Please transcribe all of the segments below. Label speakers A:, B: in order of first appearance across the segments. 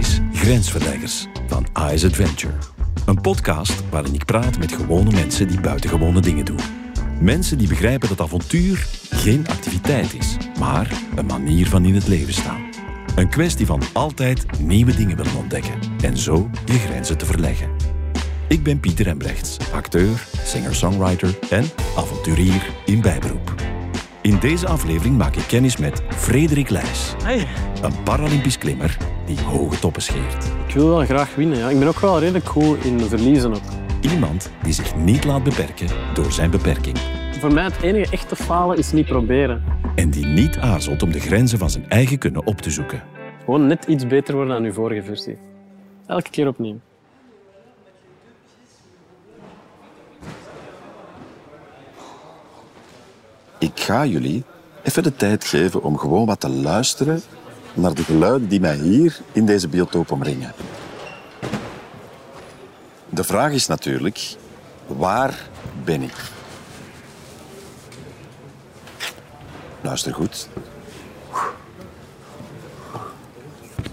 A: is Grensverleggers van AS Adventure. Een podcast waarin ik praat met gewone mensen die buitengewone dingen doen. Mensen die begrijpen dat avontuur geen activiteit is, maar een manier van in het leven staan. Een kwestie van altijd nieuwe dingen willen ontdekken en zo je grenzen te verleggen. Ik ben Pieter Embrechts, acteur, singer-songwriter en avonturier in bijberoep. In deze aflevering maak ik kennis met Frederik Leijs,
B: Hey,
A: een Paralympisch klimmer die hoge toppen scheert.
B: ik wil wel graag winnen. Ja. Ik ben ook wel redelijk goed in verliezen. Ook.
A: Iemand die zich niet laat beperken door zijn beperking
B: Voor mij het enige echte falen is niet proberen.
A: en die niet aarzelt om de grenzen van zijn eigen kunnen op te zoeken.
B: Gewoon net iets beter worden dan uw vorige versie. Elke keer opnieuw.
C: Ik ga jullie even de tijd geven om gewoon wat te luisteren naar de geluiden die mij hier in deze biotoop omringen. De vraag is natuurlijk, waar ben ik? Luister goed.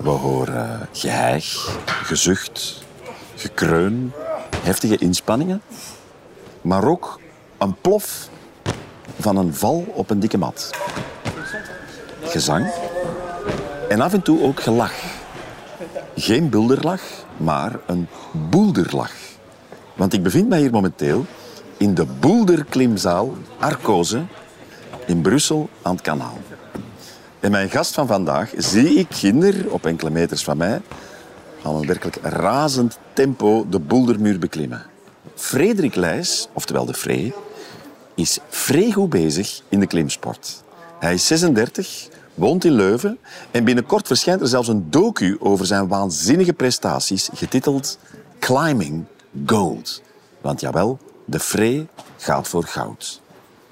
C: We horen geheig, gezucht, gekreun, heftige inspanningen, maar ook een plof van een val op een dikke mat. Gezang. En af en toe ook gelach. Geen bulderlach, maar een boelderlach. Want ik bevind mij hier momenteel in de boelderklimzaal Arcose in Brussel aan het kanaal. En mijn gast van vandaag zie ik kinder op enkele meters van mij aan een werkelijk razend tempo de boeldermuur beklimmen. Frederik Leijs, oftewel de Free, is vrij goed bezig in de klimsport. Hij is 36, woont in Leuven en binnenkort verschijnt er zelfs een docu over zijn waanzinnige prestaties getiteld Climbing Gold. Want jawel, de Frey gaat voor goud.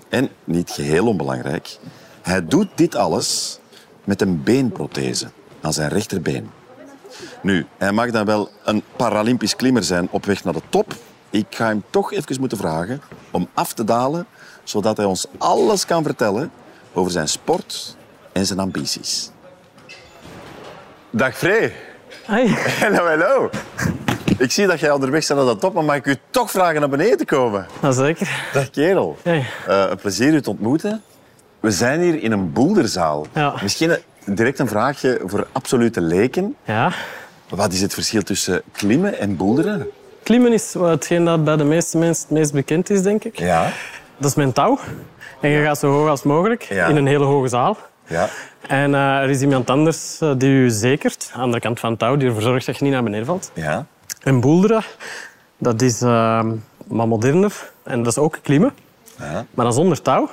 C: En niet geheel onbelangrijk, hij doet dit alles met een beenprothese aan zijn rechterbeen. Nu, hij mag dan wel een Paralympisch klimmer zijn op weg naar de top. Ik ga hem toch even moeten vragen om af te dalen, zodat hij ons alles kan vertellen over zijn sport en zijn ambities. Dag Frey.
B: Hey,
C: Hallo, hallo. Ik zie dat jij onderweg bent naar de top, maar mag ik u toch vragen naar beneden te komen?
B: dat zeker.
C: Dag kerel.
B: Hey.
C: Eh, een plezier u te ontmoeten. We zijn hier in een boelderzaal.
B: Ja.
C: Misschien een- direct een vraagje voor absolute leken.
B: Ja.
C: Wat is het verschil tussen klimmen en boelderen?
B: Klimmen is wel hetgeen dat bij de meeste mensen het meest bekend is, denk ik.
C: Ja.
B: Dat is mijn touw. En je gaat zo hoog als mogelijk
C: Ja.
B: in een hele hoge zaal.
C: ja.
B: En eh, er is iemand anders eh, die u zekert, aan de andere kant van het touw, die ervoor zorgt dat je niet naar beneden valt.
C: Ja.
B: En boulderen, dat is eh, maar moderner. En dat is ook klimmen,
C: Ja.
B: maar dan zonder touw.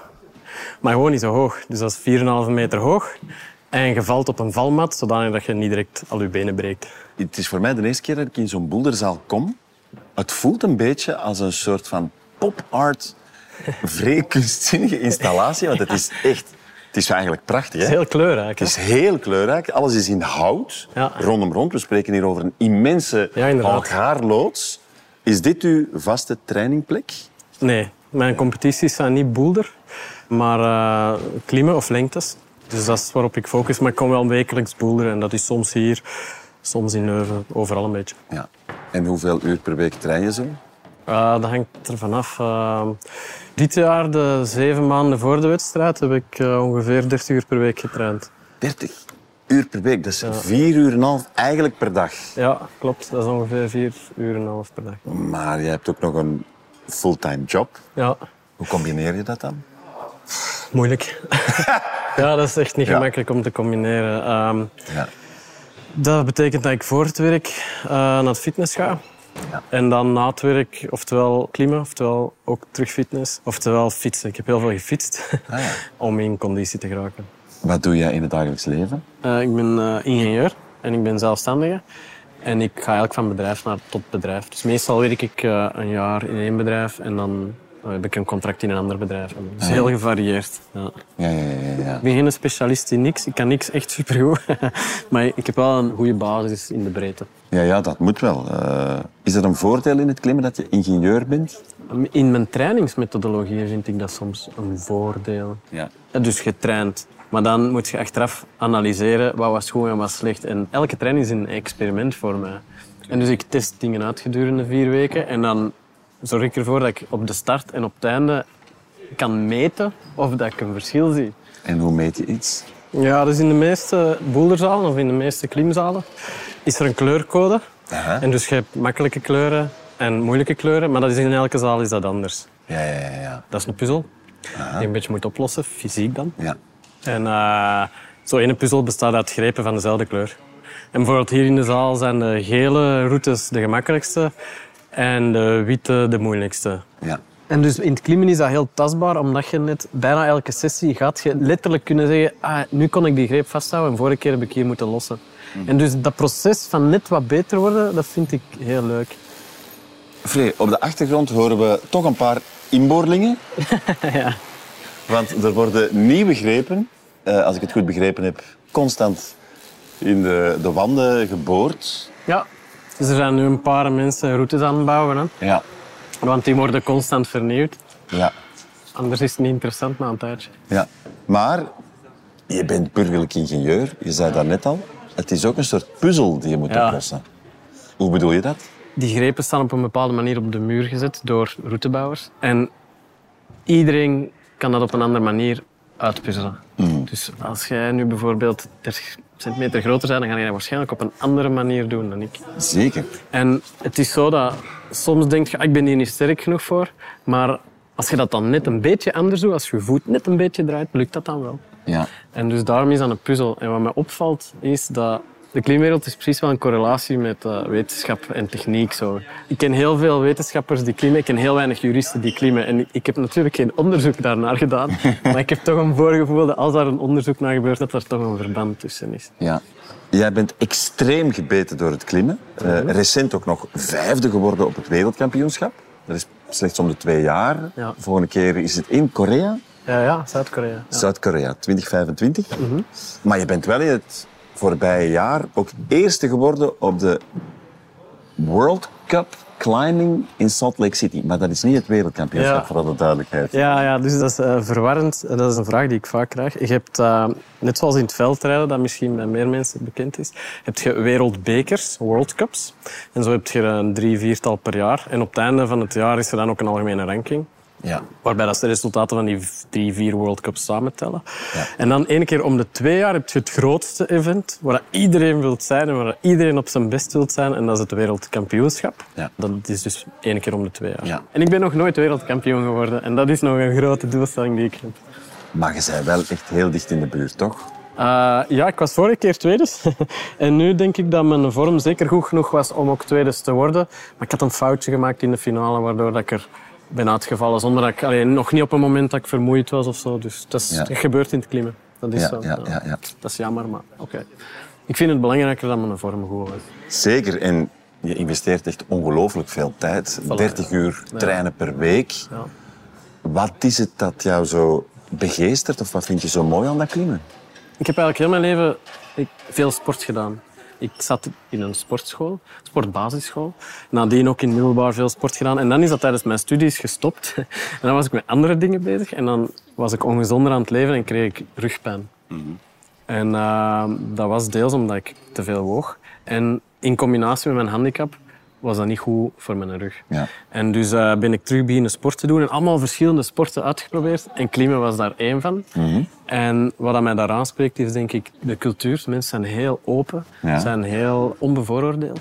B: Maar gewoon niet zo hoog. Dus dat is 4,5 meter hoog. En je valt op een valmat, zodanig dat je niet direct al je benen breekt.
C: Het is voor mij de eerste keer dat ik in zo'n boelderzaal kom. Het voelt een beetje als een soort van pop-art, vrij kunstzinnige installatie. Want het is echt... Het is eigenlijk prachtig, hè?
B: Het is heel kleurrijk. hè?
C: Het is heel kleurrijk. Alles is in hout,
B: Ja.
C: rondom rond. We spreken hier over een immense
B: Ja, inderdaad.
C: algaarloods. Is dit uw vaste trainingplek?
B: Nee, mijn competities zijn niet boulder, maar eh, klimmen of lengtes. Dus dat is waarop ik focus. Maar ik kom wel wekelijks boulderen en dat is soms hier, soms in Leuven, overal een beetje.
C: Ja. En hoeveel uur per week train je zo?
B: Eh, dat hangt er vanaf. Eh, dit jaar, de zeven maanden voor de wedstrijd, heb ik eh, ongeveer 30 uur per week getraind.
C: 30 uur per week. Dat is vier uur en een half eigenlijk per dag.
B: Ja, klopt. Dat is ongeveer 4 uur en een half per dag.
C: Maar je hebt ook nog een fulltime job.
B: Ja,
C: Hoe combineer je dat dan?
B: moeilijk. ja, dat is echt niet
C: Ja.
B: gemakkelijk om te combineren. Ehm,
C: Ja.
B: dat betekent dat ik voor het werk eh, naar het fitness ga.
C: Ja.
B: En dan na het werk, oftewel klimmen, oftewel ook terug fitness, oftewel fietsen. Ik heb heel veel gefietst
C: Ah, ja.
B: om in conditie te geraken.
C: Wat doe jij in het dagelijks leven?
B: Eh, ik ben eh, ingenieur en ik ben zelfstandige. En ik ga eigenlijk van bedrijf naar tot bedrijf. Dus meestal werk ik eh, een jaar in één bedrijf en dan eh, heb ik een contract in een ander bedrijf. En Het is heel gevarieerd. Ja.
C: Ja, ja, ja. ja, ja.
B: Ik ben geen specialist in niks. Ik kan niks echt supergoed. maar ik heb wel een goede basis in de breedte.
C: ja, ja dat moet wel. Eh, is dat een voordeel in het klimmen dat je ingenieur bent?
B: Ehm, In mijn trainingsmethodologie vind ik dat soms een voordeel.
C: Ja.
B: Ja, Dus je traint Maar dan moet je achteraf analyseren wat was goed en wat slecht. En elke training is een experiment voor mij. En dus ik test dingen uit gedurende vier weken. En dan zorg ik ervoor dat ik op de start en op het einde kan meten of dat ik een verschil zie.
C: En hoe meet je iets?
B: Ja, dus in de meeste boulderzalen of in de meeste klimzalen is er een kleurcode.
C: Aha.
B: En dus je hebt makkelijke kleuren en moeilijke kleuren, maar dat is in elke zaal is dat anders.
C: Ja, ja, ja. ja.
B: Dat is een puzzel die je een beetje moet oplossen, fysiek dan.
C: ja.
B: En eh, zo'n ene puzzel bestaat uit grepen van dezelfde kleur. En bijvoorbeeld hier in de zaal zijn de gele routes de gemakkelijkste en de witte de moeilijkste.
C: ja.
B: En dus in het klimmen is dat heel tastbaar, omdat je net bijna elke sessie gaat je letterlijk kunnen zeggen ah, nu kon ik die greep vasthouden en vorige keer heb ik hier moeten lossen. En dus dat proces van net wat beter worden, dat vind ik heel leuk.
C: Free, op de achtergrond horen we toch een paar inboorlingen. Want er worden nieuwe grepen, eh, als ik het goed begrepen heb, constant in de, de wanden geboord.
B: Ja. Dus er zijn nu een paar mensen routes aan het bouwen, hè?
C: Ja.
B: want die worden constant vernieuwd.
C: Ja.
B: Anders is het niet interessant na een tijdje.
C: ja. Maar je bent burgerlijk ingenieur, je zei dat net al. Het is ook een soort puzzel die je moet
B: Ja.
C: oplossen. Hoe bedoel je dat?
B: Die grepen staan op een bepaalde manier op de muur gezet door routebouwers. En iedereen kan dat op een andere manier uitpuzzelen. Dus als jij nu bijvoorbeeld 30 centimeter groter bent, dan ga je dat waarschijnlijk op een andere manier doen dan ik.
C: Zeker.
B: En het is zo dat soms denk je, ah, ik ben hier niet sterk genoeg voor. Maar als je dat dan net een beetje anders doet, als je je voet net een beetje draait, lukt dat dan wel.
C: Ja.
B: En dus daarom is dat een puzzel. En wat mij opvalt is dat de klimwereld is precies wel een correlatie met eh, wetenschap en techniek. Zo. Ik ken heel veel wetenschappers die klimmen, ik ken heel weinig juristen die klimmen. En ik, ik heb natuurlijk geen onderzoek daarnaar gedaan, maar ik heb toch een voorgevoel dat als daar een onderzoek naar gebeurt, dat er toch een verband tussen is.
C: Ja. Jij bent extreem gebeten door het klimmen. Eh, recent ook nog vijfde geworden op het wereldkampioenschap. Dat is slechts om de twee jaar.
B: Ja.
C: Volgende keer is het in Korea,
B: Ja, ja Zuid-Korea. Ja.
C: Zuid-Korea, 2025.
B: Mhm.
C: Maar je bent wel in het voorbije jaar ook eerste geworden op de World Cup Climbing in Salt Lake City. Maar dat is niet het wereldkampioenschap,
B: Ja.
C: voor alle duidelijkheid.
B: Ja, ja, dus dat is eh, verwarrend. En Dat is een vraag die ik vaak krijg. Je hebt, eh, net zoals in het veldrijden, dat misschien bij meer mensen bekend is, heb je wereldbekers, World Cups. En zo heb je er een drie, viertal per jaar. En op het einde van het jaar is er dan ook een algemene ranking.
C: Ja.
B: Waarbij dat ze de resultaten van die v- drie, vier World Cups samentellen. En dan één keer om de twee jaar heb je het grootste event, waar dat iedereen wilt zijn en waar dat iedereen op zijn best wilt zijn. En dat is het wereldkampioenschap.
C: Ja.
B: Dat is dus één keer om de twee jaar.
C: Ja.
B: En ik ben nog nooit wereldkampioen geworden. En dat is nog een grote doelstelling die ik heb.
C: Maar je bent wel echt heel dicht in de buurt, toch?
B: Eh, ja, ik was vorige keer tweede. en nu denk ik dat mijn vorm zeker goed genoeg was om ook tweede te worden. Maar ik had een foutje gemaakt in de finale, waardoor dat ik er ben uitgevallen. Zonder dat ik, allee, nog niet op een moment dat ik vermoeid was of zo. Dus dat, is,
C: Ja.
B: dat gebeurt in het klimmen. Dat is
C: Ja,
B: zo.
C: ja, ja, ja.
B: Dat is jammer, maar oké. Ik vind het belangrijker dat mijn vorm goed was.
C: Zeker. En je investeert echt ongelooflijk veel tijd. 30 uur trainen per week.
B: Ja.
C: Wat is het dat jou zo begeestert of wat vind je zo mooi aan dat klimmen?
B: Ik heb eigenlijk heel mijn leven ik- veel sport gedaan. Ik zat in een sportschool, sportbasisschool. Nadien ook in middelbaar veel sport gedaan. En dan is dat tijdens mijn studies gestopt. En dan was ik met andere dingen bezig. En dan was ik ongezonder aan het leven en kreeg ik rugpijn. En eh, dat was deels omdat ik te veel woog. En in combinatie met mijn handicap was dat niet goed voor mijn rug.
C: Ja.
B: En dus eh, ben ik terug beginnen sport te doen en allemaal verschillende sporten uitgeprobeerd. En klimmen was daar één van.
C: Mhm.
B: En wat dat mij daar aanspreekt is denk ik de cultuur. Mensen zijn heel open,
C: Ja.
B: zijn heel onbevooroordeeld.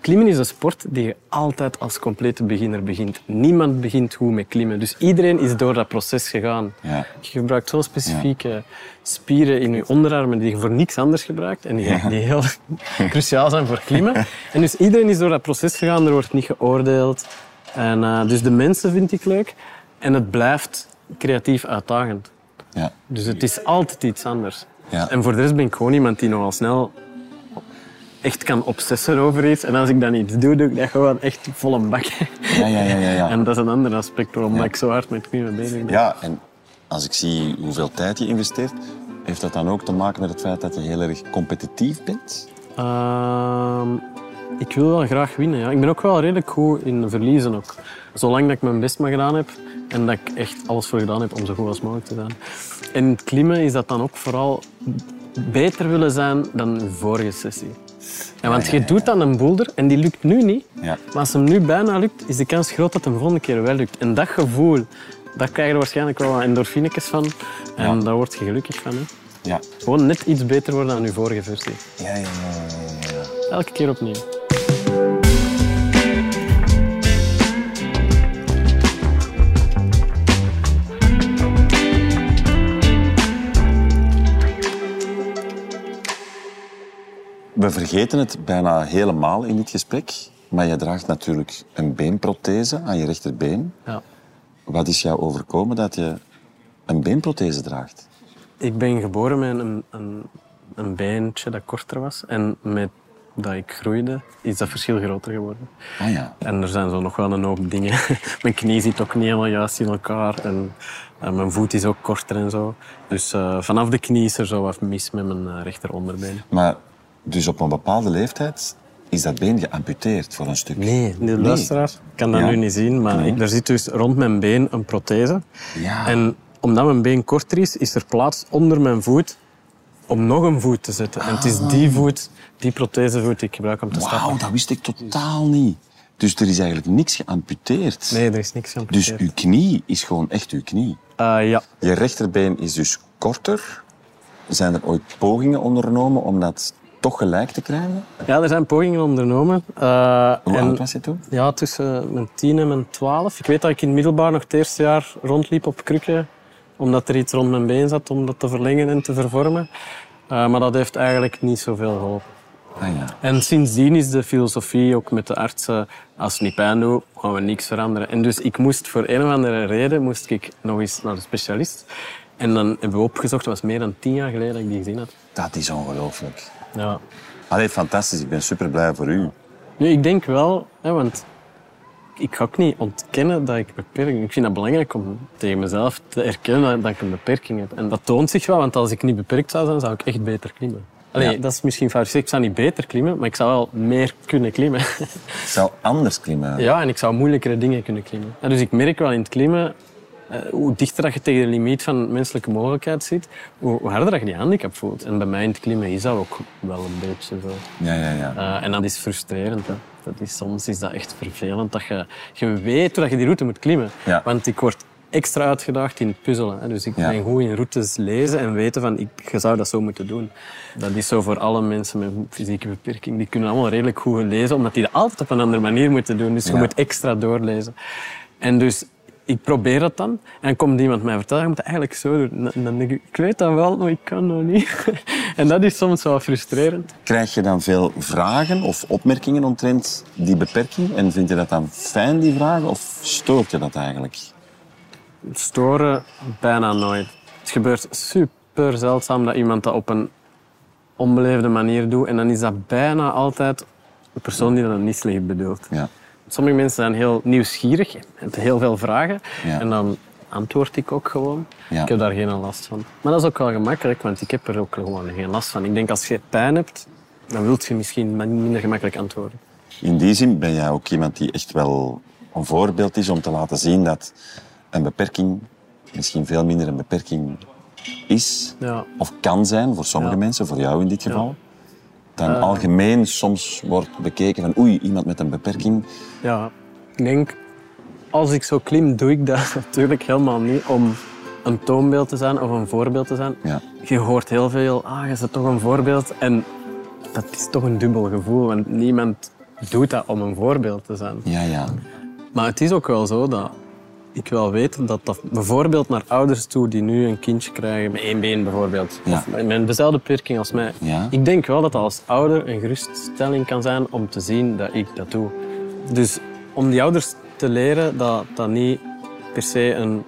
B: Klimmen is een sport die je altijd als complete beginner begint. Niemand begint goed met klimmen. Dus iedereen is door dat proces gegaan.
C: Ja.
B: Je gebruikt zo specifieke spieren in je onderarmen die je voor niks anders gebruikt en die, die heel cruciaal zijn voor klimmen. En dus iedereen is door dat proces gegaan, er wordt niet geoordeeld. En, eh, dus de mensen vind ik leuk en het blijft creatief uitdagend.
C: Ja.
B: Dus het is altijd iets anders.
C: Ja.
B: En voor de rest ben ik gewoon iemand die nogal snel echt kan obsessen over iets. En als ik dan iets doe, doe ik dat gewoon echt vol een bak.
C: Ja, ja, ja, ja, ja.
B: En dat is een ander aspect waarom ik zo hard met klimmen bezig ben.
C: ja, en als ik zie hoeveel tijd je investeert, heeft dat dan ook te maken met het feit dat je heel erg competitief bent?
B: Ehm, ik wil wel graag winnen. Ja. Ik ben ook wel redelijk goed in verliezen. Ook. Zolang dat ik mijn best maar gedaan heb, En dat ik echt alles voor gedaan heb om zo goed als mogelijk te zijn. En in het klimmen is dat dan ook vooral beter willen zijn dan je vorige sessie. Ja, want je doet dan een boulder en die lukt nu niet.
C: Ja.
B: Maar als hem nu bijna lukt, is de kans groot dat hem de volgende keer wel lukt. En dat gevoel, daar krijg je er waarschijnlijk wel wat endorfinetjes van. En daar word je gelukkig van. Hè.
C: Ja.
B: Gewoon net iets beter worden dan je vorige versie.
C: Ja, ja, ja, ja.
B: Elke keer opnieuw.
C: We vergeten het bijna helemaal in dit gesprek. Maar je draagt natuurlijk een beenprothese aan je rechterbeen.
B: Ja.
C: Wat is jou overkomen dat je een beenprothese draagt?
B: Ik ben geboren met een, een, een beentje dat korter was. En met dat ik groeide, is dat verschil groter geworden.
C: Ah ja.
B: En er zijn zo nog wel een hoop dingen. mijn knie zit ook niet helemaal juist in elkaar. En, eh, mijn voet is ook korter en zo. Dus eh, vanaf de knie is er zo wat mis met mijn eh, rechteronderbeen.
C: Maar dus op een bepaalde leeftijd is dat been geamputeerd voor een stuk.
B: Nee, de luisteraar kan dat
C: Ja.
B: nu niet zien, maar
C: Nee.
B: ik- er zit dus rond mijn been een prothese.
C: Ja.
B: En omdat mijn been korter is, is er plaats onder mijn voet om nog een voet te zetten. En het is die voet, die prothesevoet die ik gebruik om te stappen.
C: Ah. Wauw, dat wist ik totaal niet. Dus er is eigenlijk niks geamputeerd.
B: Nee, er is niks aan
C: Dus
B: geamputeerd.
C: uw knie is gewoon echt uw knie.
B: Eh, ja,
C: Je rechterbeen is dus korter. Zijn er ooit pogingen ondernomen om dat toch gelijk te krijgen?
B: Ja, er zijn pogingen ondernomen. Eh,
C: Hoe
B: en-
C: oud was je toen?
B: Ja, tussen mijn tien en mijn twaalf. Ik weet dat ik in het middelbaar nog het eerste jaar rondliep op krukken. Omdat er iets rond mijn been zat om dat te verlengen en te vervormen. Eh, maar dat heeft eigenlijk niet zoveel geholpen.
C: Ah ja.
B: En sindsdien is de filosofie ook met de artsen, als het niet pijn doet, gaan we niks veranderen. En dus ik moest voor een of andere reden moest ik nog eens naar de specialist. En dan hebben we opgezocht, dat was meer dan tien jaar geleden dat ik die gezien had.
C: Dat is ongelooflijk.
B: Ja.
C: Allee, fantastisch. Ik ben super blij voor u.
B: Nu, ik denk wel, hè, want ik ga ook niet ontkennen dat ik beperking Ik vind dat belangrijk om tegen mezelf te erkennen dat ik een beperking heb. En dat toont zich wel, want als ik niet beperkt zou zijn, zou ik echt beter klimmen. Allee, dat is misschien fout. gezegd. Ik zou niet beter klimmen, maar ik zou wel meer kunnen klimmen.
C: Ik zou anders klimmen.
B: ja, en ik zou moeilijkere dingen kunnen klimmen. En dus ik merk wel in het klimmen, eh, hoe dichter dat je tegen de limiet van menselijke mogelijkheid zit, hoe hoe harder dat je die handicap voelt. En bij mij in het klimmen is dat ook wel een beetje zo.
C: Ja, ja, ja.
B: Eh, en dat is frustrerend. Hè. Dat is, soms is dat echt vervelend. Dat je, je weet hoe dat je die route moet klimmen.
C: Ja.
B: Want ik word extra uitgedaagd in het puzzelen. Hè. Dus ik
C: Ja.
B: ben goed in routes lezen en weten van ik, je zou dat zo moeten doen. Dat is zo voor alle mensen met een fysieke beperking. Die kunnen allemaal redelijk goed lezen, omdat die dat altijd op een andere manier moeten doen. Dus je
C: Ja.
B: moet extra doorlezen. En dus ik probeer dat dan. En dan komt iemand mij vertellen, je moet het eigenlijk zo doen. En dan denk ik, ik weet dat wel, maar ik kan nog niet. en dat is soms wel frustrerend.
C: Krijg je dan veel vragen of opmerkingen omtrent die beperking? En vind je dat dan fijn, die vragen, of stoort je dat eigenlijk?
B: storen bijna nooit. Het gebeurt super zeldzaam dat iemand dat op een onbeleefde manier doet. En dan is dat bijna altijd de persoon die dat niet slecht bedoelt.
C: Ja.
B: Sommige mensen zijn heel nieuwsgierig en hebben heel veel vragen.
C: Ja.
B: En dan antwoord ik ook gewoon.
C: Ja.
B: Ik heb daar geen last van. Maar dat is ook wel gemakkelijk, want ik heb er ook gewoon geen last van. Ik denk als je pijn hebt, dan wilt je misschien min- minder gemakkelijk antwoorden.
C: In die zin ben jij ook iemand die echt wel een voorbeeld is om te laten zien dat een beperking misschien veel minder een beperking is
B: Ja.
C: of kan zijn voor sommige
B: Ja. Eh.
C: mensen, voor jou in dit geval. Dan algemeen soms wordt bekeken van oei, iemand met een beperking.
B: Ja, ik denk, als ik zo klim, doe ik dat natuurlijk helemaal niet om een toonbeeld te zijn of een voorbeeld te zijn.
C: Ja.
B: Je hoort heel veel, ah, je bent toch een voorbeeld. En dat is toch een dubbel gevoel, want niemand doet dat om een voorbeeld te zijn.
C: Ja, ja.
B: Maar het is ook wel zo dat ik wel weet dat dat bijvoorbeeld naar ouders toe die nu een kindje krijgen, met één been bijvoorbeeld,
C: Ja.
B: of met een dezelfde beperking als mij.
C: Ja.
B: Ik denk wel dat dat als ouder een geruststelling kan zijn om te zien dat ik dat doe. Dus om die ouders te leren dat dat niet per se een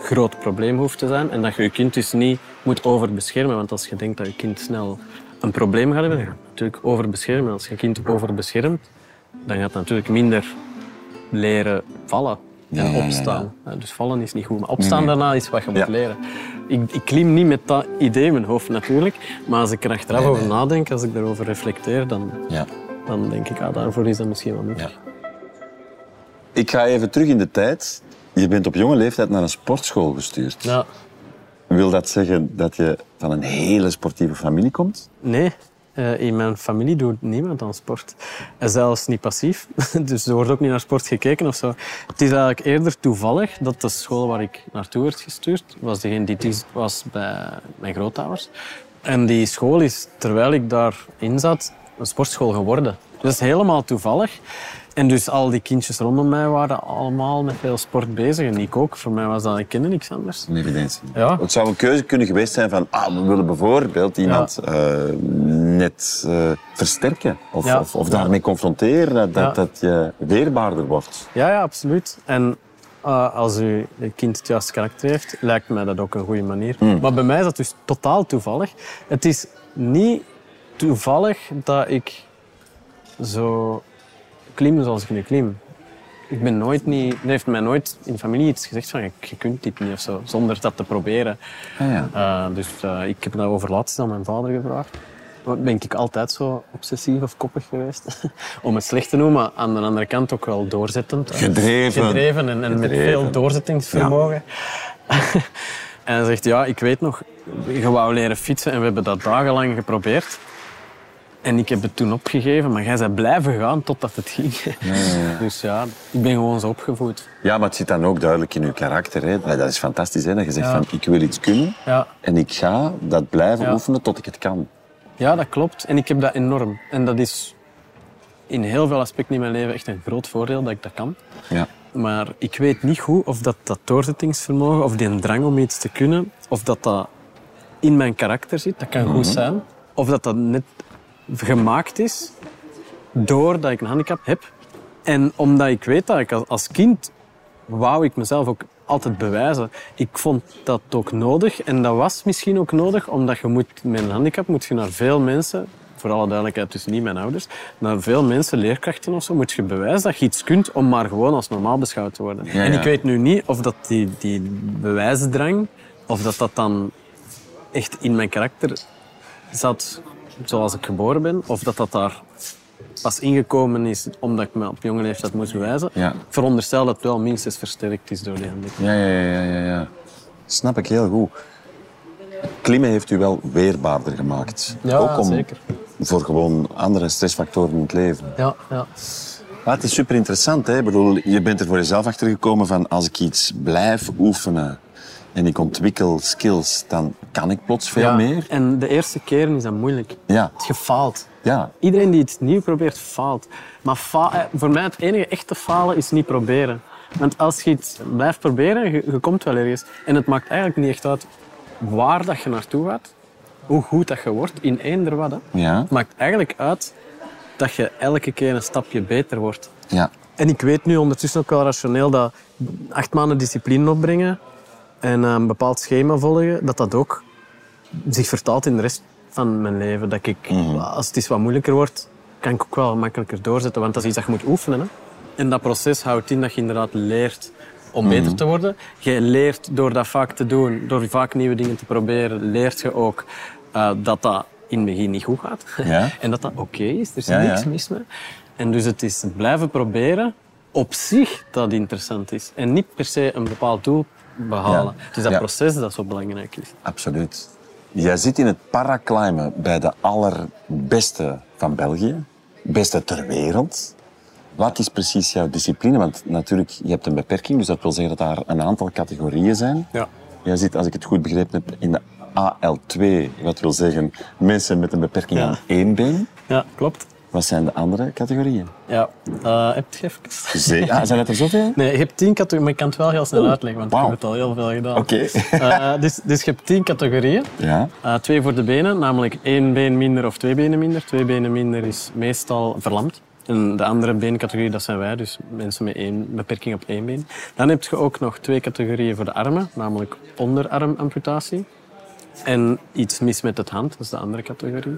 B: groot probleem hoeft te zijn en dat je je kind dus niet moet overbeschermen. Want als je denkt dat je kind snel een probleem gaat hebben, dan ga je het natuurlijk overbeschermen. Als je kind overbeschermt, dan gaat het natuurlijk minder leren vallen
C: Ja,
B: en
C: ja, ja,
B: opstaan. Dus vallen is niet goed, maar opstaan
C: nee.
B: daarna is wat je moet
C: Ja.
B: leren. Ik, ik klim niet met dat idee in mijn hoofd natuurlijk, maar als ik er achteraf
C: Nee,
B: over
C: nee.
B: nadenk, als ik daarover reflecteer, dan,
C: ja.
B: dan denk ik, ah, daarvoor is dat misschien wel nodig.
C: Ja. Ik ga even terug in de tijd Je bent op jonge leeftijd naar een sportschool gestuurd.
B: Ja.
C: Wil dat zeggen dat je van een hele sportieve familie komt?
B: Nee, eh, in mijn familie doet niemand aan sport. En zelfs niet passief. Dus er wordt ook niet naar sport gekeken of zo. Het is eigenlijk eerder toevallig dat de school waar ik naartoe werd gestuurd, was degene die het was bij mijn grootouders. En die school is, terwijl ik daarin zat, een sportschool geworden. Dus dat is helemaal toevallig. En dus al die kindjes rondom mij waren allemaal met veel sport bezig. En ik ook. Voor mij was dat, ik kende niks anders.
C: Een evidentie.
B: Ja.
C: Het zou een keuze kunnen geweest zijn van, ah, we willen bijvoorbeeld iemand eh, net eh, versterken of,
B: Ja.
C: of, of daarmee confronteren, dat, dat,
B: Ja.
C: dat je weerbaarder wordt.
B: Ja, ja, absoluut. En eh, als uw kind het juiste karakter heeft, lijkt mij dat ook een goede manier. Maar bij mij is dat dus totaal toevallig. Het is niet toevallig dat ik zo klim zoals ik nu klim. Ik ben nooit niet... Er heeft mij nooit in familie iets gezegd van je, je kunt dit niet of zo, zonder dat te proberen.
C: Ah, ja.
B: Eh, dus eh, ik heb daarover laatst aan mijn vader gevraagd. Maar Ben ik altijd zo obsessief of koppig geweest? Om het slecht te noemen, maar aan de andere kant ook wel doorzettend.
C: Gedreven.
B: Gedreven en, en met
C: Gedreven.
B: veel doorzettingsvermogen. en hij zegt, ja, ik weet nog, je wou leren fietsen en we hebben dat dagenlang geprobeerd. En ik heb het toen opgegeven, maar jij bent blijven gaan totdat het ging. Dus ja, ik ben gewoon zo opgevoed.
C: Ja, maar het zit dan ook duidelijk in uw karakter. Hè. Maar Dat is fantastisch, hè, dat je zegt van, ik wil iets kunnen
B: Ja.
C: en ik ga dat blijven
B: Ja.
C: oefenen tot ik het kan.
B: Ja, dat klopt. En ik heb dat enorm. En dat is in heel veel aspecten in mijn leven echt een groot voordeel dat ik dat kan.
C: Ja.
B: Maar ik weet niet goed of dat, dat doorzettingsvermogen of die drang om iets te kunnen, of dat dat in mijn karakter zit, dat kan goed zijn. Of dat dat net gemaakt is doordat ik een handicap heb. En omdat ik weet dat ik als, als kind wou ik mezelf ook altijd bewijzen. Ik vond dat ook nodig. En dat was misschien ook nodig, omdat je moet, met een handicap moet je naar veel mensen, voor alle duidelijkheid dus niet mijn ouders, naar veel mensen, leerkrachten of zo, moet je bewijzen dat je iets kunt om maar gewoon als normaal beschouwd te worden.
C: Ja,
B: En ik
C: ja.
B: weet nu niet of dat die, die bewijsdrang, of dat dat dan echt in mijn karakter zat zoals ik geboren ben, of dat dat daar pas ingekomen is omdat ik me op jonge leeftijd moest bewijzen.
C: Ja.
B: Ik veronderstel dat het wel minstens versterkt is door die handicap.
C: Ja, ja, ja, ja, ja, ja. Snap ik heel goed. Klimmen heeft u wel weerbaarder gemaakt.
B: Ja,
C: Ook om,
B: zeker.
C: voor gewoon andere stressfactoren in het leven.
B: Ja, ja.
C: Maar het is super interessant. Hè? Ik bedoel, je bent er voor jezelf achter gekomen van als ik iets blijf oefenen en ik ontwikkel skills, dan kan ik plots veel meer.
B: En de eerste keren is dat moeilijk.
C: Ja.
B: Het gefaald.
C: Ja.
B: Iedereen die iets nieuw probeert, faalt. Maar fa- eh, voor mij het enige echte falen is niet proberen. Want als je iets blijft proberen, je, je komt wel ergens. En het maakt eigenlijk niet echt uit waar dat je naartoe gaat, hoe goed dat je wordt, in eender wat. Hè.
C: Ja.
B: Het maakt eigenlijk uit dat je elke keer een stapje beter wordt.
C: Ja.
B: En ik weet nu ondertussen ook wel rationeel dat acht maanden discipline opbrengen en eh, een bepaald schema volgen, dat dat ook zich vertaalt in de rest van mijn leven. Dat ik, als het iets wat moeilijker wordt, kan ik ook wel makkelijker doorzetten. Want dat is iets dat je moet oefenen. Hè? En dat proces houdt in dat je inderdaad leert om beter te worden. Je leert door dat vaak te doen, door vaak nieuwe dingen te proberen, leert je ook eh, dat dat in het begin niet goed gaat.
C: Ja.
B: en dat dat oké is. Er is
C: Ja, ja.
B: niks mis mee. En dus het is blijven proberen op zich dat interessant is. En niet per se een bepaald doel behalen.
C: Ja.
B: Het is dat
C: Ja.
B: proces dat zo belangrijk is.
C: Absoluut. Jij zit in het paraclimen bij de allerbeste van België, beste ter wereld. Wat is precies jouw discipline? Want natuurlijk, je hebt een beperking, dus dat wil zeggen dat daar een aantal categorieën zijn.
B: Ja.
C: Jij zit, als ik het goed begrepen heb, in de AL2, wat wil zeggen mensen met een beperking
B: Ja.
C: aan één been.
B: Ja, klopt.
C: Wat zijn de andere categorieën?
B: Ja, eh heb je even?
C: Zee. Ah, zijn dat er zoveel?
B: Nee, je hebt tien categorieën, maar ik kan het wel heel snel uitleggen, want
C: wauw.
B: ik heb het al heel veel gedaan.
C: Oké.
B: Eh, dus, dus je hebt tien categorieën.
C: Ja.
B: Eh, twee voor de benen, namelijk één been minder of twee benen minder. Twee benen minder is meestal verlamd. En de andere beencategorie, dat zijn wij, dus mensen met één beperking op één been. Dan heb je ook nog twee categorieën voor de armen, namelijk onderarmamputatie. En iets mis met het hand, dat is de andere categorie.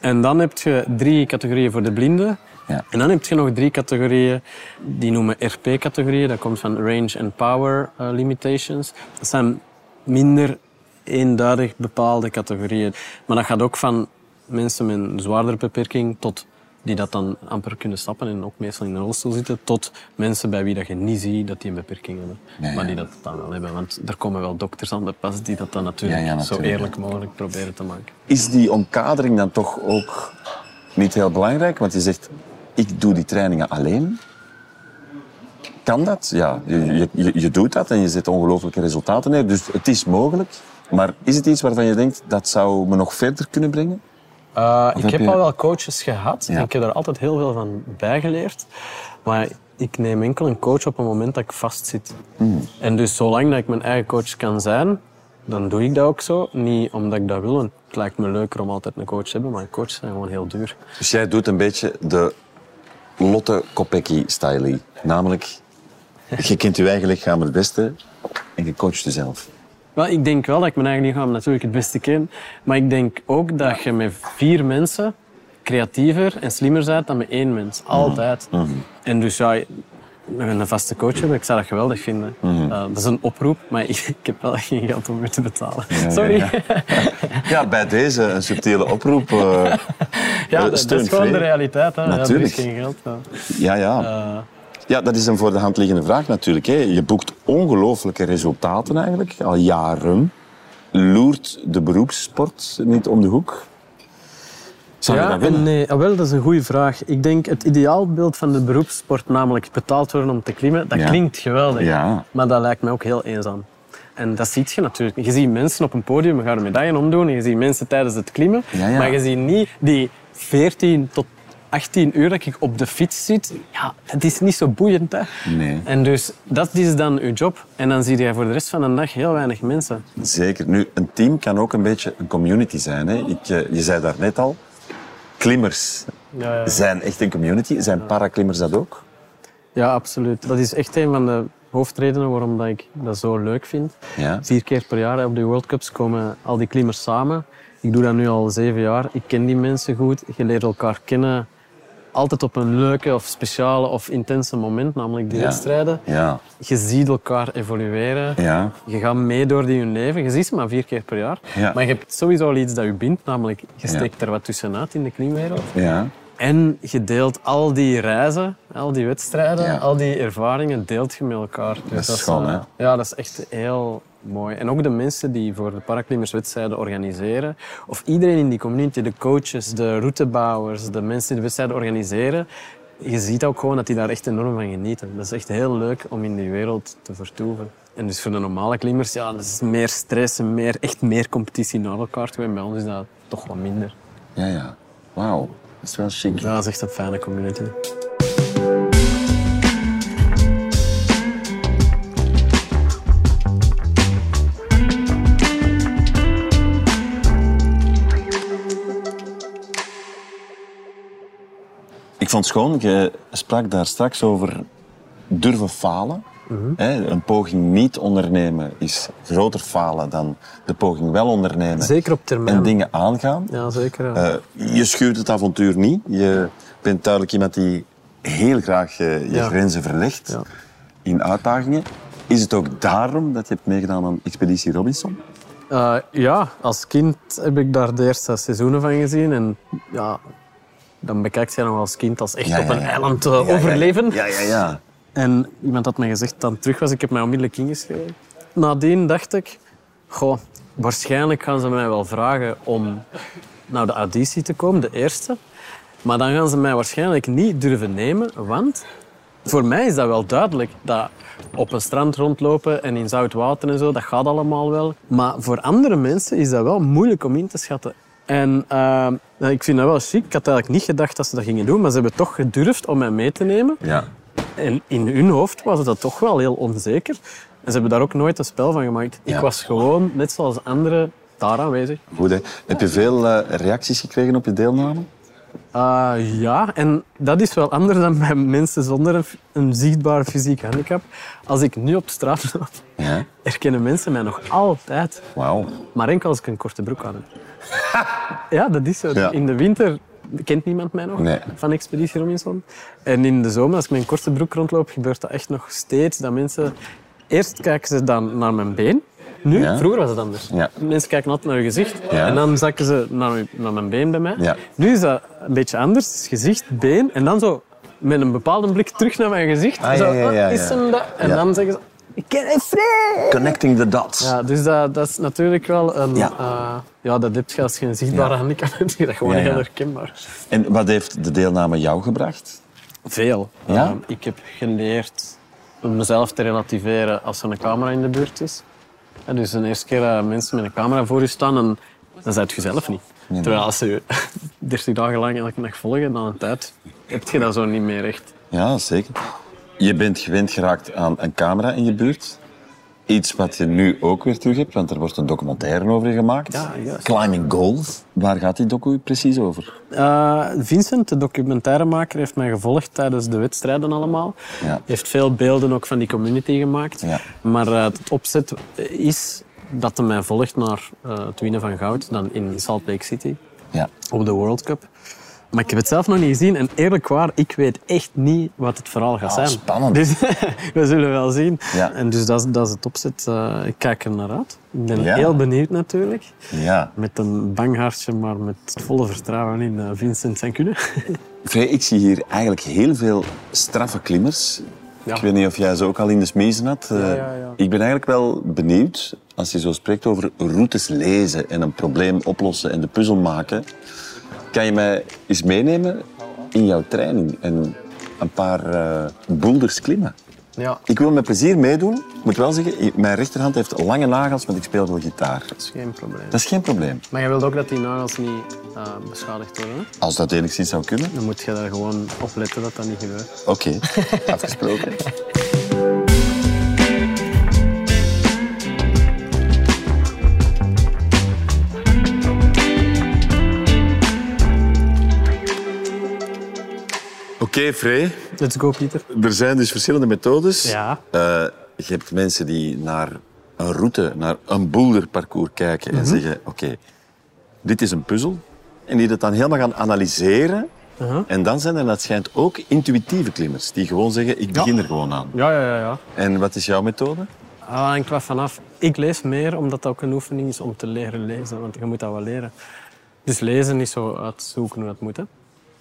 B: En dan heb je drie categorieën voor de blinden.
C: Ja.
B: En dan heb je nog drie categorieën, die noemen RP-categorieën. Dat komt van Range and Power eh, Limitations. Dat zijn minder eenduidig bepaalde categorieën. Maar dat gaat ook van mensen met een zwaardere beperking tot die dat dan amper kunnen stappen en ook meestal in een rolstoel zitten, tot mensen bij wie dat je niet ziet dat die een beperking hebben.
C: Ja, ja.
B: Maar die dat dan wel hebben. Want er komen wel dokters aan de pas die dat dan natuurlijk,
C: Ja, ja, natuurlijk,
B: zo eerlijk mogelijk proberen te maken.
C: Is die omkadering dan toch ook niet heel belangrijk? Want je zegt, ik doe die trainingen alleen. Kan dat? Ja, je, je, je doet dat en je zet ongelooflijke resultaten neer. Dus het is mogelijk. Maar is het iets waarvan je denkt, dat zou me nog verder kunnen brengen?
B: Eh, ik
C: heb
B: heb,
C: je-
B: al wel coaches gehad.
C: Ja.
B: Ik heb daar altijd heel veel van bijgeleerd. Maar ik neem enkel een coach op het moment dat ik vastzit.
C: Hmm.
B: En dus zolang dat ik mijn eigen coach kan zijn, dan doe ik dat ook zo. Niet omdat ik dat wil. want Het lijkt me leuker om altijd een coach te hebben, maar een coach zijn gewoon heel duur.
C: Dus jij doet een beetje de Lotte Kopecky-style. Namelijk, je kent je eigen lichaam het beste en je coacht jezelf.
B: Wel, ik denk wel dat ik mijn eigen lichaam natuurlijk het beste ken. Maar ik denk ook dat je met vier mensen creatiever en slimmer bent dan met één mens. Altijd.
C: Mhm.
B: En dus ja, een vaste coach hebben, ik zou dat geweldig vinden.
C: Mhm.
B: Eh, dat is een oproep, maar ik, ik heb wel geen geld om weer te betalen. Sorry.
C: ja, Ja, bij deze een subtiele oproep. eh,
B: Ja, dat- dat,
C: steun
B: is gewoon
C: Free.
B: de realiteit. Hè. Ja, er
C: Natuurlijk.
B: is geen geld. ja.
C: ja, ja.
B: Eh,
C: Ja, dat is een voor de hand liggende vraag natuurlijk. Hè. Je boekt ongelooflijke resultaten eigenlijk, al jaren. Loert de beroepssport niet om de hoek? Zou je
B: ja,
C: dat
B: en
C: willen?
B: nee. Ah, wel, dat is een goede vraag. Ik denk het ideaalbeeld van de beroepssport, namelijk betaald worden om te klimmen, dat
C: Ja.
B: klinkt geweldig.
C: Ja.
B: Maar dat lijkt mij ook heel eenzaam. En dat ziet je natuurlijk. niet. Je ziet mensen op een podium, we gaan een medaille omdoen. En je ziet mensen tijdens het klimmen.
C: Ja, ja.
B: Maar je ziet niet die 14 tot 18 uur dat ik op de fiets zit. Ja, dat is niet zo boeiend. Hè?
C: Nee.
B: En dus dat is dan je job. En dan zie je voor de rest van de dag heel weinig mensen.
C: Zeker. Nu, een team kan ook een beetje een community zijn. Hè. Ik, eh, je zei daarnet al, klimmers
B: Ja, ja.
C: zijn echt een community. Zijn paraklimmers dat ook?
B: Ja, absoluut. Dat is echt een van de hoofdredenen waarom dat ik dat zo leuk vind.
C: Ja.
B: Vier keer per jaar op de World Cups komen al die klimmers samen. Ik doe dat nu al zeven jaar. Ik ken die mensen goed. Je leert elkaar kennen. Altijd op een leuke of speciale of intense moment, namelijk die
C: Ja.
B: wedstrijden.
C: Ja.
B: Je ziet elkaar evolueren.
C: Ja.
B: Je gaat mee door die hun leven. Je ziet ze maar vier keer per jaar.
C: Ja.
B: Maar je hebt sowieso al iets dat je bindt, namelijk je steekt er wat tussenuit in de klimwereld.
C: Ja.
B: En je deelt al die reizen, al die wedstrijden,
C: Ja.
B: al die ervaringen deelt je met elkaar. Dus
C: is schoon,
B: eh,
C: hè?
B: Ja, dat is echt heel mooi. En ook de mensen die voor de paraklimmerswedstrijden organiseren, of iedereen in die community, de coaches, de routebouwers, de mensen die de wedstrijden organiseren, je ziet ook gewoon dat die daar echt enorm van genieten. Dat is echt heel leuk om in die wereld te vertoeven. En dus voor de normale klimmers, ja, dat is meer stress en meer, echt meer competitie naar elkaar toe. En bij ons is dat toch wat minder.
C: Ja, ja. Wauw. Dat is wel chic.
B: Ja, dat is echt een fijne community.
C: Ik vond het schoon, je sprak daar straks over durven falen.
B: Mhm.
C: Hè, een poging niet ondernemen is groter falen dan de poging wel ondernemen.
B: Zeker op termijn.
C: En dingen aangaan.
B: Ja, zeker. ja.
C: Eh, je schuurt het avontuur niet. Je bent duidelijk iemand die heel graag eh, je
B: Ja.
C: grenzen verlegt
B: Ja.
C: in uitdagingen. Is het ook daarom dat je hebt meegedaan aan Expeditie Robinson?
B: Eh, ja, als kind heb ik daar de eerste seizoenen van gezien. En ja, dan bekijkt je nog als kind als echt
C: Ja,
B: op
C: ja,
B: een
C: ja.
B: eiland te overleven.
C: Ja, ja, ja.
B: En iemand had mij gezegd dat het terug was. Ik heb mij onmiddellijk ingeschreven. Nadien dacht ik, goh, waarschijnlijk gaan ze mij wel vragen om naar de auditie te komen, de eerste. Maar dan gaan ze mij waarschijnlijk niet durven nemen, want voor mij is dat wel duidelijk. Dat op een strand rondlopen en in zout water en zo, dat gaat allemaal wel. Maar voor andere mensen is dat wel moeilijk om in te schatten. En eh, ik vind dat wel chic. Ik had eigenlijk niet gedacht dat ze dat gingen doen, maar ze hebben toch gedurfd om mij mee te nemen.
C: ja.
B: En in hun hoofd was dat toch wel heel onzeker. En ze hebben daar ook nooit een spel van gemaakt.
C: Ja.
B: Ik was gewoon, net zoals anderen, daar aanwezig.
C: Goed, hè. Heb je veel eh, reacties gekregen op je deelname?
B: Ah, ja, en dat is wel anders dan bij mensen zonder een, f- een zichtbaar fysiek handicap. Als ik nu op straat loop,
C: Ja.
B: herkennen mensen mij nog altijd.
C: Wauw.
B: Maar enkel als ik een korte broek aan heb. ja, dat is zo.
C: Ja.
B: In de winter kent niemand mij nog
C: Nee.
B: van Expeditie Robinson. En in de zomer, als ik met een korte broek rondloop, gebeurt dat echt nog steeds. Dat mensen... Eerst kijken ze dan naar mijn been. Nu?
C: Ja.
B: Vroeger was het anders.
C: Ja.
B: Mensen kijken altijd naar je gezicht
C: Ja.
B: en dan zakken ze naar, uw- naar mijn been bij mij.
C: Ja.
B: Nu is dat een beetje anders. Het is gezicht, been en dan zo met een bepaalde blik terug naar mijn gezicht.
C: Ah, ja,
B: zo,
C: ja, ja,
B: "Ah, is
C: ja.
B: hem dat? En
C: Ja.
B: dan zeggen ze, ik ken hem vrij.
C: Connecting the dots.
B: Ja, dus dat, dat is natuurlijk wel een...
C: Ja.
B: eh, ja, dat heb je als je een zichtbare handicap hebt. Dat is gewoon
C: Ja, ja.
B: heel herkenbaar.
C: En wat heeft de deelname jou gebracht?
B: Veel.
C: Ja?
B: Eh, ik heb geleerd om mezelf te relativeren als er een camera in de buurt is. En dus de eerste keer dat mensen met een camera voor je staan, en, dan zijt je zelf niet. Terwijl als ze je 30 dagen lang elke dag volgen, dan een tijd heb je dat zo niet meer echt.
C: Ja, zeker. Je bent gewend geraakt aan een camera in je buurt. Iets wat je nu ook weer terug hebt, want er wordt een documentaire over je gemaakt.
B: Ja, juist.
C: Climbing Goals. Waar gaat die docu precies over?
B: Eh, Vincent, de documentairemaker, heeft mij gevolgd tijdens de wedstrijden allemaal.
C: Ja.
B: Heeft veel beelden ook van die community gemaakt.
C: Ja.
B: Maar eh, het opzet is dat hij mij volgt naar eh, het winnen van goud dan in Salt Lake City.
C: Ja.
B: op de World Cup. Maar ik heb het zelf nog niet gezien en eerlijk waar, ik weet echt niet wat het verhaal gaat
C: Ah,
B: zijn.
C: spannend.
B: Dus we zullen wel zien.
C: Ja.
B: En dus dat is, dat is het opzet. Eh, ik kijk er naar uit. Ik ben
C: Ja.
B: heel benieuwd natuurlijk.
C: Ja.
B: Met een bang hartje, maar met het volle vertrouwen in eh, Vincent zijn kunnen.
C: Vrij, ik zie hier eigenlijk heel veel straffe klimmers.
B: Ja.
C: Ik weet niet of jij ze ook al in de smezen had.
B: ja,
C: Eh,
B: ja.
C: Ik ben eigenlijk wel benieuwd, als je zo spreekt over routes lezen en een probleem oplossen en de puzzel maken. Kan je mij eens meenemen in jouw training en een paar eh boulders klimmen?
B: ja,
C: Ik wil met plezier meedoen. Ik moet wel zeggen, mijn rechterhand heeft lange nagels, want ik speel wel gitaar.
B: geen probleem.
C: Dat is geen probleem.
B: Maar je wilt ook dat die nagels niet eh, beschadigd worden. hè?
C: Als dat enigszins zou kunnen,
B: Dan moet je daar gewoon op letten dat dat niet gebeurt.
C: oké, afgesproken. Oké, Frey.
B: Let's go, Pieter.
C: Er zijn dus verschillende methodes.
B: Ja.
C: Eh, je hebt mensen die naar een route, naar een boulderparcours kijken
B: Mhm.
C: en zeggen: Oké, dit is een puzzel. En die dat dan helemaal gaan analyseren.
B: Mhm.
C: En dan zijn er, dat schijnt, ook intuïtieve klimmers die gewoon zeggen: Ik begin er gewoon aan.
B: Ja, ja, ja. ja.
C: En wat is jouw methode?
B: Ah, hangt wel vanaf. Ik lees meer omdat dat ook een oefening is om te leren lezen, want je moet dat wel leren. Dus lezen is zo uitzoeken hoe dat moet. Hè?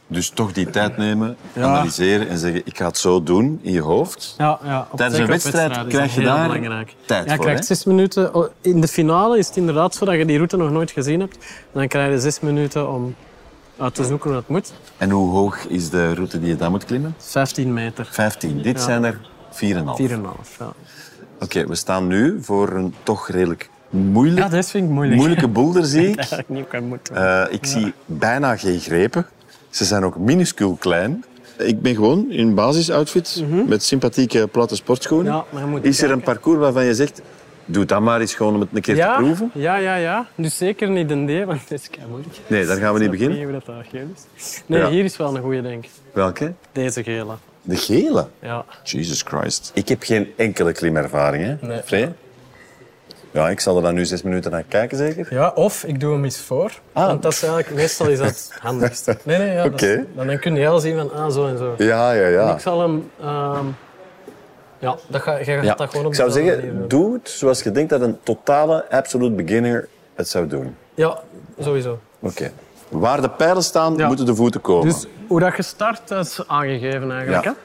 C: Dus toch die tijd nemen,
B: Ja.
C: analyseren en zeggen: Ik ga het zo doen in je hoofd.
B: Ja, ja, op, zeker
C: Tijdens een
B: op
C: wedstrijd
B: wedstrijden is
C: krijg
B: dat
C: je
B: heel
C: daar
B: belangrijk.
C: tijd
B: ja, je
C: voor,
B: krijgt
C: hè?
B: zes minuten. Oh, In de finale is het inderdaad zo dat je die route nog nooit gezien hebt. En dan krijg je zes minuten om uit te zoeken hoe dat moet.
C: En hoe hoog is de route die je dan moet klimmen?
B: 15 meter,
C: 15. Dit
B: Ja.
C: zijn er 4,5.
B: 4,5. Ja.
C: Oké, we staan nu voor een toch redelijk moeilijk
B: ja, dat vind ik moeilijk.
C: Moeilijke boulder zie ik.
B: Dat ik niet kan moeten.
C: Eh, ik zie bijna geen grepen. Ze zijn ook minuscuul klein. Mhm. Ik ben gewoon in basisoutfit met sympathieke platte sportschoenen.
B: Ja, maar je moet
C: is er een
B: kijken.
C: parcours waarvan je zegt, doe dat maar eens gewoon om het een keer
B: ja,
C: te proeven?
B: Ja, ja, ja. Dus zeker niet een D, want dat is kei moeilijk.
C: Nee, daar gaan we niet
B: Ik snap
C: beginnen.
B: niet hoe dat daar geel is. Nee,
C: Ja.
B: hier is wel een goede, denk ik.
C: Welke?
B: Deze gele.
C: De gele.
B: Ja.
C: Jesus Christ. Ik heb geen enkele klimervaring, hè?
B: Nee.
C: Free? Ja, ik zal er dan nu zes minuten naar kijken, zeker?
B: ja, of ik doe hem eens voor.
C: Ah.
B: Want dat is eigenlijk, meestal is dat het handigste. Nee, nee, ja, dat is-
C: Oké.
B: dan, dan kun je heel zien van ah, zo en zo.
C: Ja, ja, ja.
B: Ik zal hem... ehm, ja, dat ga, jij gaat
C: ja.
B: dat gewoon op
C: Ik zou
B: dezelfde
C: zeggen,
B: manier doen.
C: doe het zoals je denkt dat een totale, absolute beginner het zou doen.
B: Ja, sowieso.
C: Oké. Waar de pijlen staan,
B: Ja.
C: moeten de voeten komen.
B: Dus hoe dat je start, dat is aangegeven eigenlijk.
C: Ja.
B: Hè?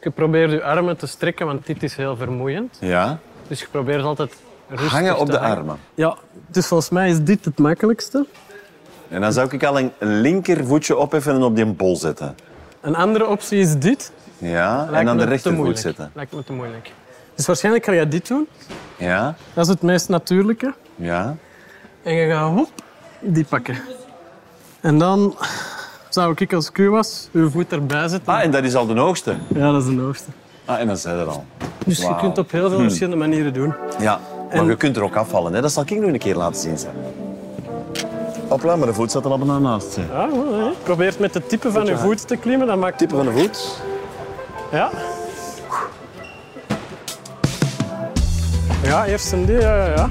B: Je probeert je armen te strekken, want dit is heel vermoeiend.
C: Ja.
B: Dus je probeert altijd rustig
C: Hangen op
B: te
C: de
B: hangen.
C: armen.
B: Ja, dus volgens mij is dit het makkelijkste.
C: En dan zou ik al een een linkervoetje opheffen en op die bol zetten.
B: Een andere optie is dit.
C: Ja.
B: Lijkt
C: en dan
B: me
C: de
B: te
C: rechtervoet
B: moeilijk.
C: zetten.
B: Lijkt me te moeilijk. Dus waarschijnlijk ga je dit doen.
C: Ja.
B: Dat is het meest natuurlijke.
C: Ja.
B: En je gaat hop, die pakken. En dan zou ik als Q was, uw voet erbij zetten.
C: Ah, en dat is al de hoogste.
B: Ja, dat is de hoogste.
C: Ah, en dan zijn er al.
B: Dus je
C: Wauw. Hm.
B: kunt op heel veel verschillende manieren doen.
C: Ja. Maar
B: En-
C: je kunt er ook afvallen. Hè? Dat zal ik nog een keer laten zien. Zijn. Hopla, maar de voet zat er al bijna naast. hè.
B: Ja, goed, hè. Probeer het met de tippen van uw voet te klimmen. Dat maakt...
C: Tippen van de voet.
B: Ja. Ja, eerst een die, ja, ja, ja.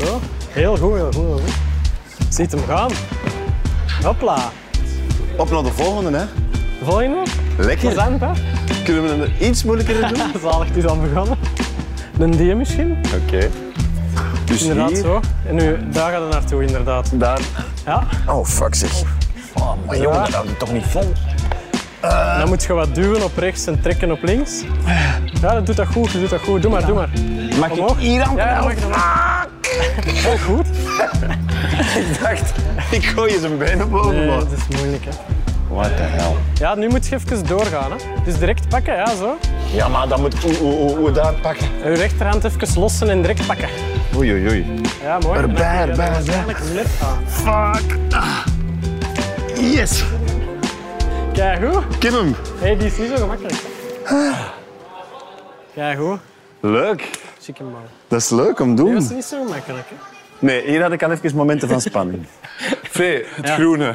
B: Zo. Heel goed, heel goed. Heel goed. Ziet hem gaan. Hopla.
C: Op naar de volgende, hè.
B: Volgende.
C: Lekker.
B: Plezant, hè?
C: Kunnen we het iets moeilijker doen?
B: Zalig, het is al begonnen. Een die misschien?
C: Oké. Dus
B: Inderdaad
C: hier...
B: zo. En nu, daar gaat het naartoe, inderdaad.
C: Daar.
B: Ja,
C: Oh, fuck zeg. Oh, maar jongen, dat houdt toch niet vol?
B: en dan moet je wat duwen op rechts en trekken op links. Ja, dat doet dat goed, dat doet dat goed. Doe maar, doe maar.
C: Mag ik
B: Omhoog?
C: hier aan
B: Ja, ja, mag je Heel goed.
C: Ik dacht, ik gooi je zijn benen boven.
B: Nee,
C: maar-
B: Eh, dat is moeilijk, hè.
C: What the hell?
B: Ja, nu moet je even doorgaan, hè. Dus direct pakken, ja, zo.
C: Ja, maar dat moet oe, oe, oe, oe, daar pakken.
B: En je rechterhand even lossen en direct pakken.
C: Oei, oei, oei.
B: Ja, mooi.
C: Erbij,
B: En dan kun je
C: erbij,
B: er
C: erbij.
B: Waarschijnlijk net aan.
C: Fuck. Ah. Yes.
B: Kijk goed.
C: Kim hem.
B: hey, die is niet zo gemakkelijk. Kijk goed.
C: Leuk.
B: Chicken ball.
C: Dat is leuk om te
B: Die was
C: doen.
B: niet zo gemakkelijk, hè.
C: Nee, hier had ik al even momenten van spanning. Vee, het
B: Ja.
C: groene.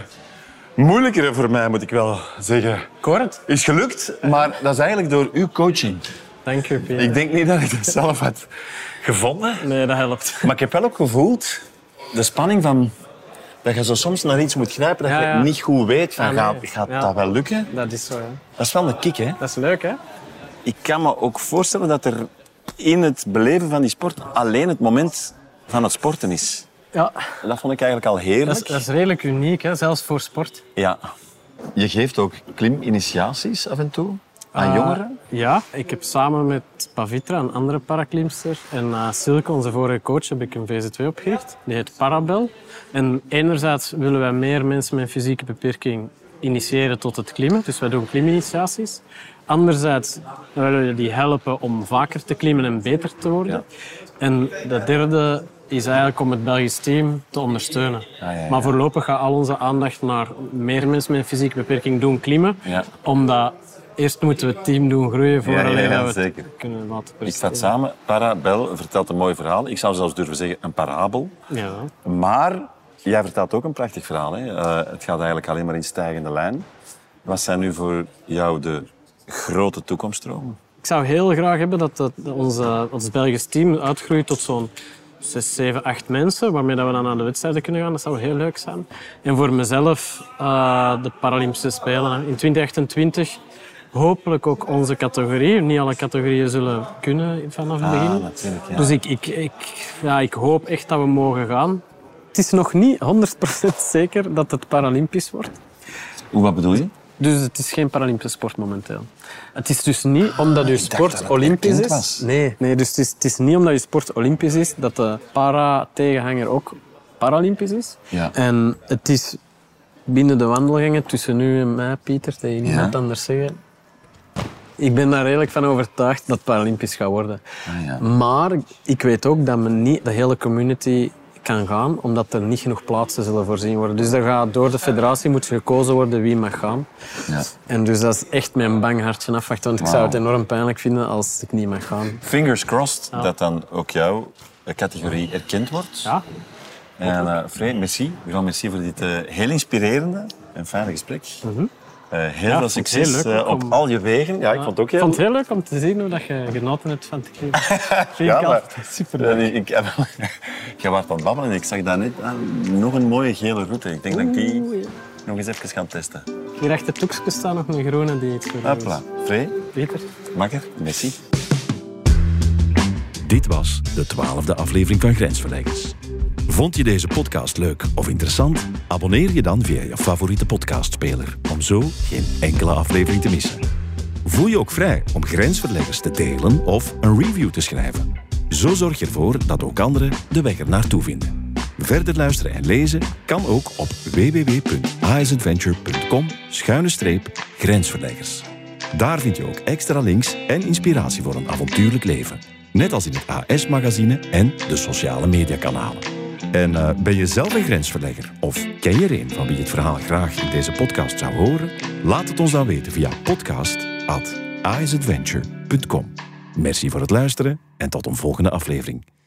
C: Moeilijkere voor mij, moet ik wel zeggen.
B: Ik hoor het.
C: Is gelukt, maar dat is eigenlijk door uw coaching.
B: Dank u, Pierre.
C: Ik denk niet dat ik dat zelf had gevonden.
B: Nee, dat helpt.
C: Maar ik heb wel ook gevoeld de spanning van... Dat je zo soms naar iets moet grijpen dat
B: Ja,
C: je
B: ja.
C: niet goed weet. Van,
B: Ja,
C: gaat
B: nee.
C: gaat
B: Ja.
C: dat wel lukken?
B: Dat is zo, ja.
C: Dat is wel een kick, hè?
B: Dat is leuk, hè.
C: Ik kan me ook voorstellen dat er in het beleven van die sport alleen het moment van het sporten is.
B: Ja,
C: En Dat vond ik eigenlijk al
B: dat
C: heerlijk.
B: is, dat is redelijk uniek, hè. zelfs voor sport.
C: Ja. Je geeft ook kliminitiaties af en toe aan jongeren.
B: Eh, ja, ik heb samen met Pavitra, een andere paraklimster, en eh, Silke, onze vorige coach, heb ik een VZ2 opgericht. Die heet Parabel. En enerzijds willen wij meer mensen met een fysieke beperking initiëren tot het klimmen. Dus wij doen kliminitiaties. Anderzijds willen we die helpen om vaker te klimmen en beter te worden. En de derde is eigenlijk om het Belgisch team te ondersteunen.
C: Ah, ja, ja.
B: Maar voorlopig gaat al onze aandacht naar meer mensen met een fysieke beperking doen klimmen.
C: Ja.
B: Omdat eerst moeten we het team doen groeien voor
C: Ja, ja, ja,
B: dat we het
C: zeker.
B: kunnen laten
C: Ik sta
B: presteren.
C: samen. Parabel vertelt een mooi verhaal. Ik zou zelfs durven zeggen een parabel.
B: Ja.
C: Maar jij vertelt ook een prachtig verhaal. Hè? Eh, het gaat eigenlijk alleen maar in stijgende lijn. Wat zijn nu voor jou de grote toekomststromen?
B: Ik zou heel graag hebben dat, dat onze, ons Belgisch team uitgroeit tot zo'n 6, 7, 8 mensen, waarmee dat we dan aan de wedstrijden kunnen gaan. Dat zou heel leuk zijn. En voor mezelf eh, de Paralympische Spelen hè. in 2028. Hopelijk ook onze categorie. Niet alle categorieën zullen kunnen vanaf het
C: Ah,
B: begin.
C: natuurlijk, ja.
B: Dus ik, ik, ik, ja, ik hoop echt dat we mogen gaan. Het is nog niet 100% zeker dat het Paralympisch wordt.
C: Hoe, wat bedoel je?
B: Dus het is geen Paralympische sport momenteel. Het is dus niet omdat je
C: Ah, dacht
B: sport
C: dat het
B: Olympisch
C: erkend
B: is.
C: was.
B: Nee, nee dus het is, het is niet omdat je sport Olympisch is dat de para-tegenhanger ook Paralympisch is.
C: Ja.
B: En het is binnen de wandelgangen tussen u en mij, Pieter, dat je niemand anders zeggen. Ik ben daar redelijk van overtuigd dat het Paralympisch gaat worden.
C: Ah, ja.
B: Maar ik weet ook dat men niet de hele community kan gaan, omdat er niet genoeg plaatsen zullen voorzien worden. Dus er gaat, door de federatie moet gekozen worden wie mag gaan.
C: Ja.
B: En dus dat is echt mijn bang hart van afwachten, want ik zou het
C: Wauw.
B: enorm pijnlijk vinden als ik niet mag gaan.
C: Fingers crossed dat dan ook jouw eh, categorie erkend wordt.
B: Ja,
C: En eh Frey, merci. Grand merci voor dit eh, heel inspirerende en fijne gesprek. Eh, heel
B: Mhm. Ja,
C: veel
B: vond ik
C: succes
B: heel leuk
C: eh,
B: ook
C: op
B: om-
C: al je wegen. Ja, ik vond het ook
B: ik
C: heel
B: vond het heel leuk om te zien hoe dat je genoten hebt van het klimmen. Vind
C: Ja,
B: ik
C: maar-
B: altijd super.
C: Eh, ik, Jij was aan het babbelen en ik zag daar net ah, nog een mooie gele route. Ik denk dat ik die nog eens even ga testen.
B: Hier achter het hoekje staan nog een groene die iets voor
C: Hopla. Frey,
B: Peter.
C: makker, merci.
A: Dit was de twaalfde aflevering van Grensverleggers. Vond je deze podcast leuk of interessant? Abonneer je dan via je favoriete podcastspeler om zo geen enkele aflevering te missen. Voel je ook vrij om grensverleggers te delen of een review te schrijven. Zo zorg je ervoor dat ook anderen de weg ernaartoe vinden. Verder luisteren en lezen kan ook op www.asadventure.com-grensverleggers. Daar vind je ook extra links en inspiratie voor een avontuurlijk leven. Net als in het AS-magazine en de sociale mediakanalen. En eh, ben je zelf een grensverlegger? Of ken je er een van wie het verhaal graag in deze podcast zou horen? Laat het ons dan weten via podcast.asadventure.com. Merci voor het luisteren en tot een volgende aflevering.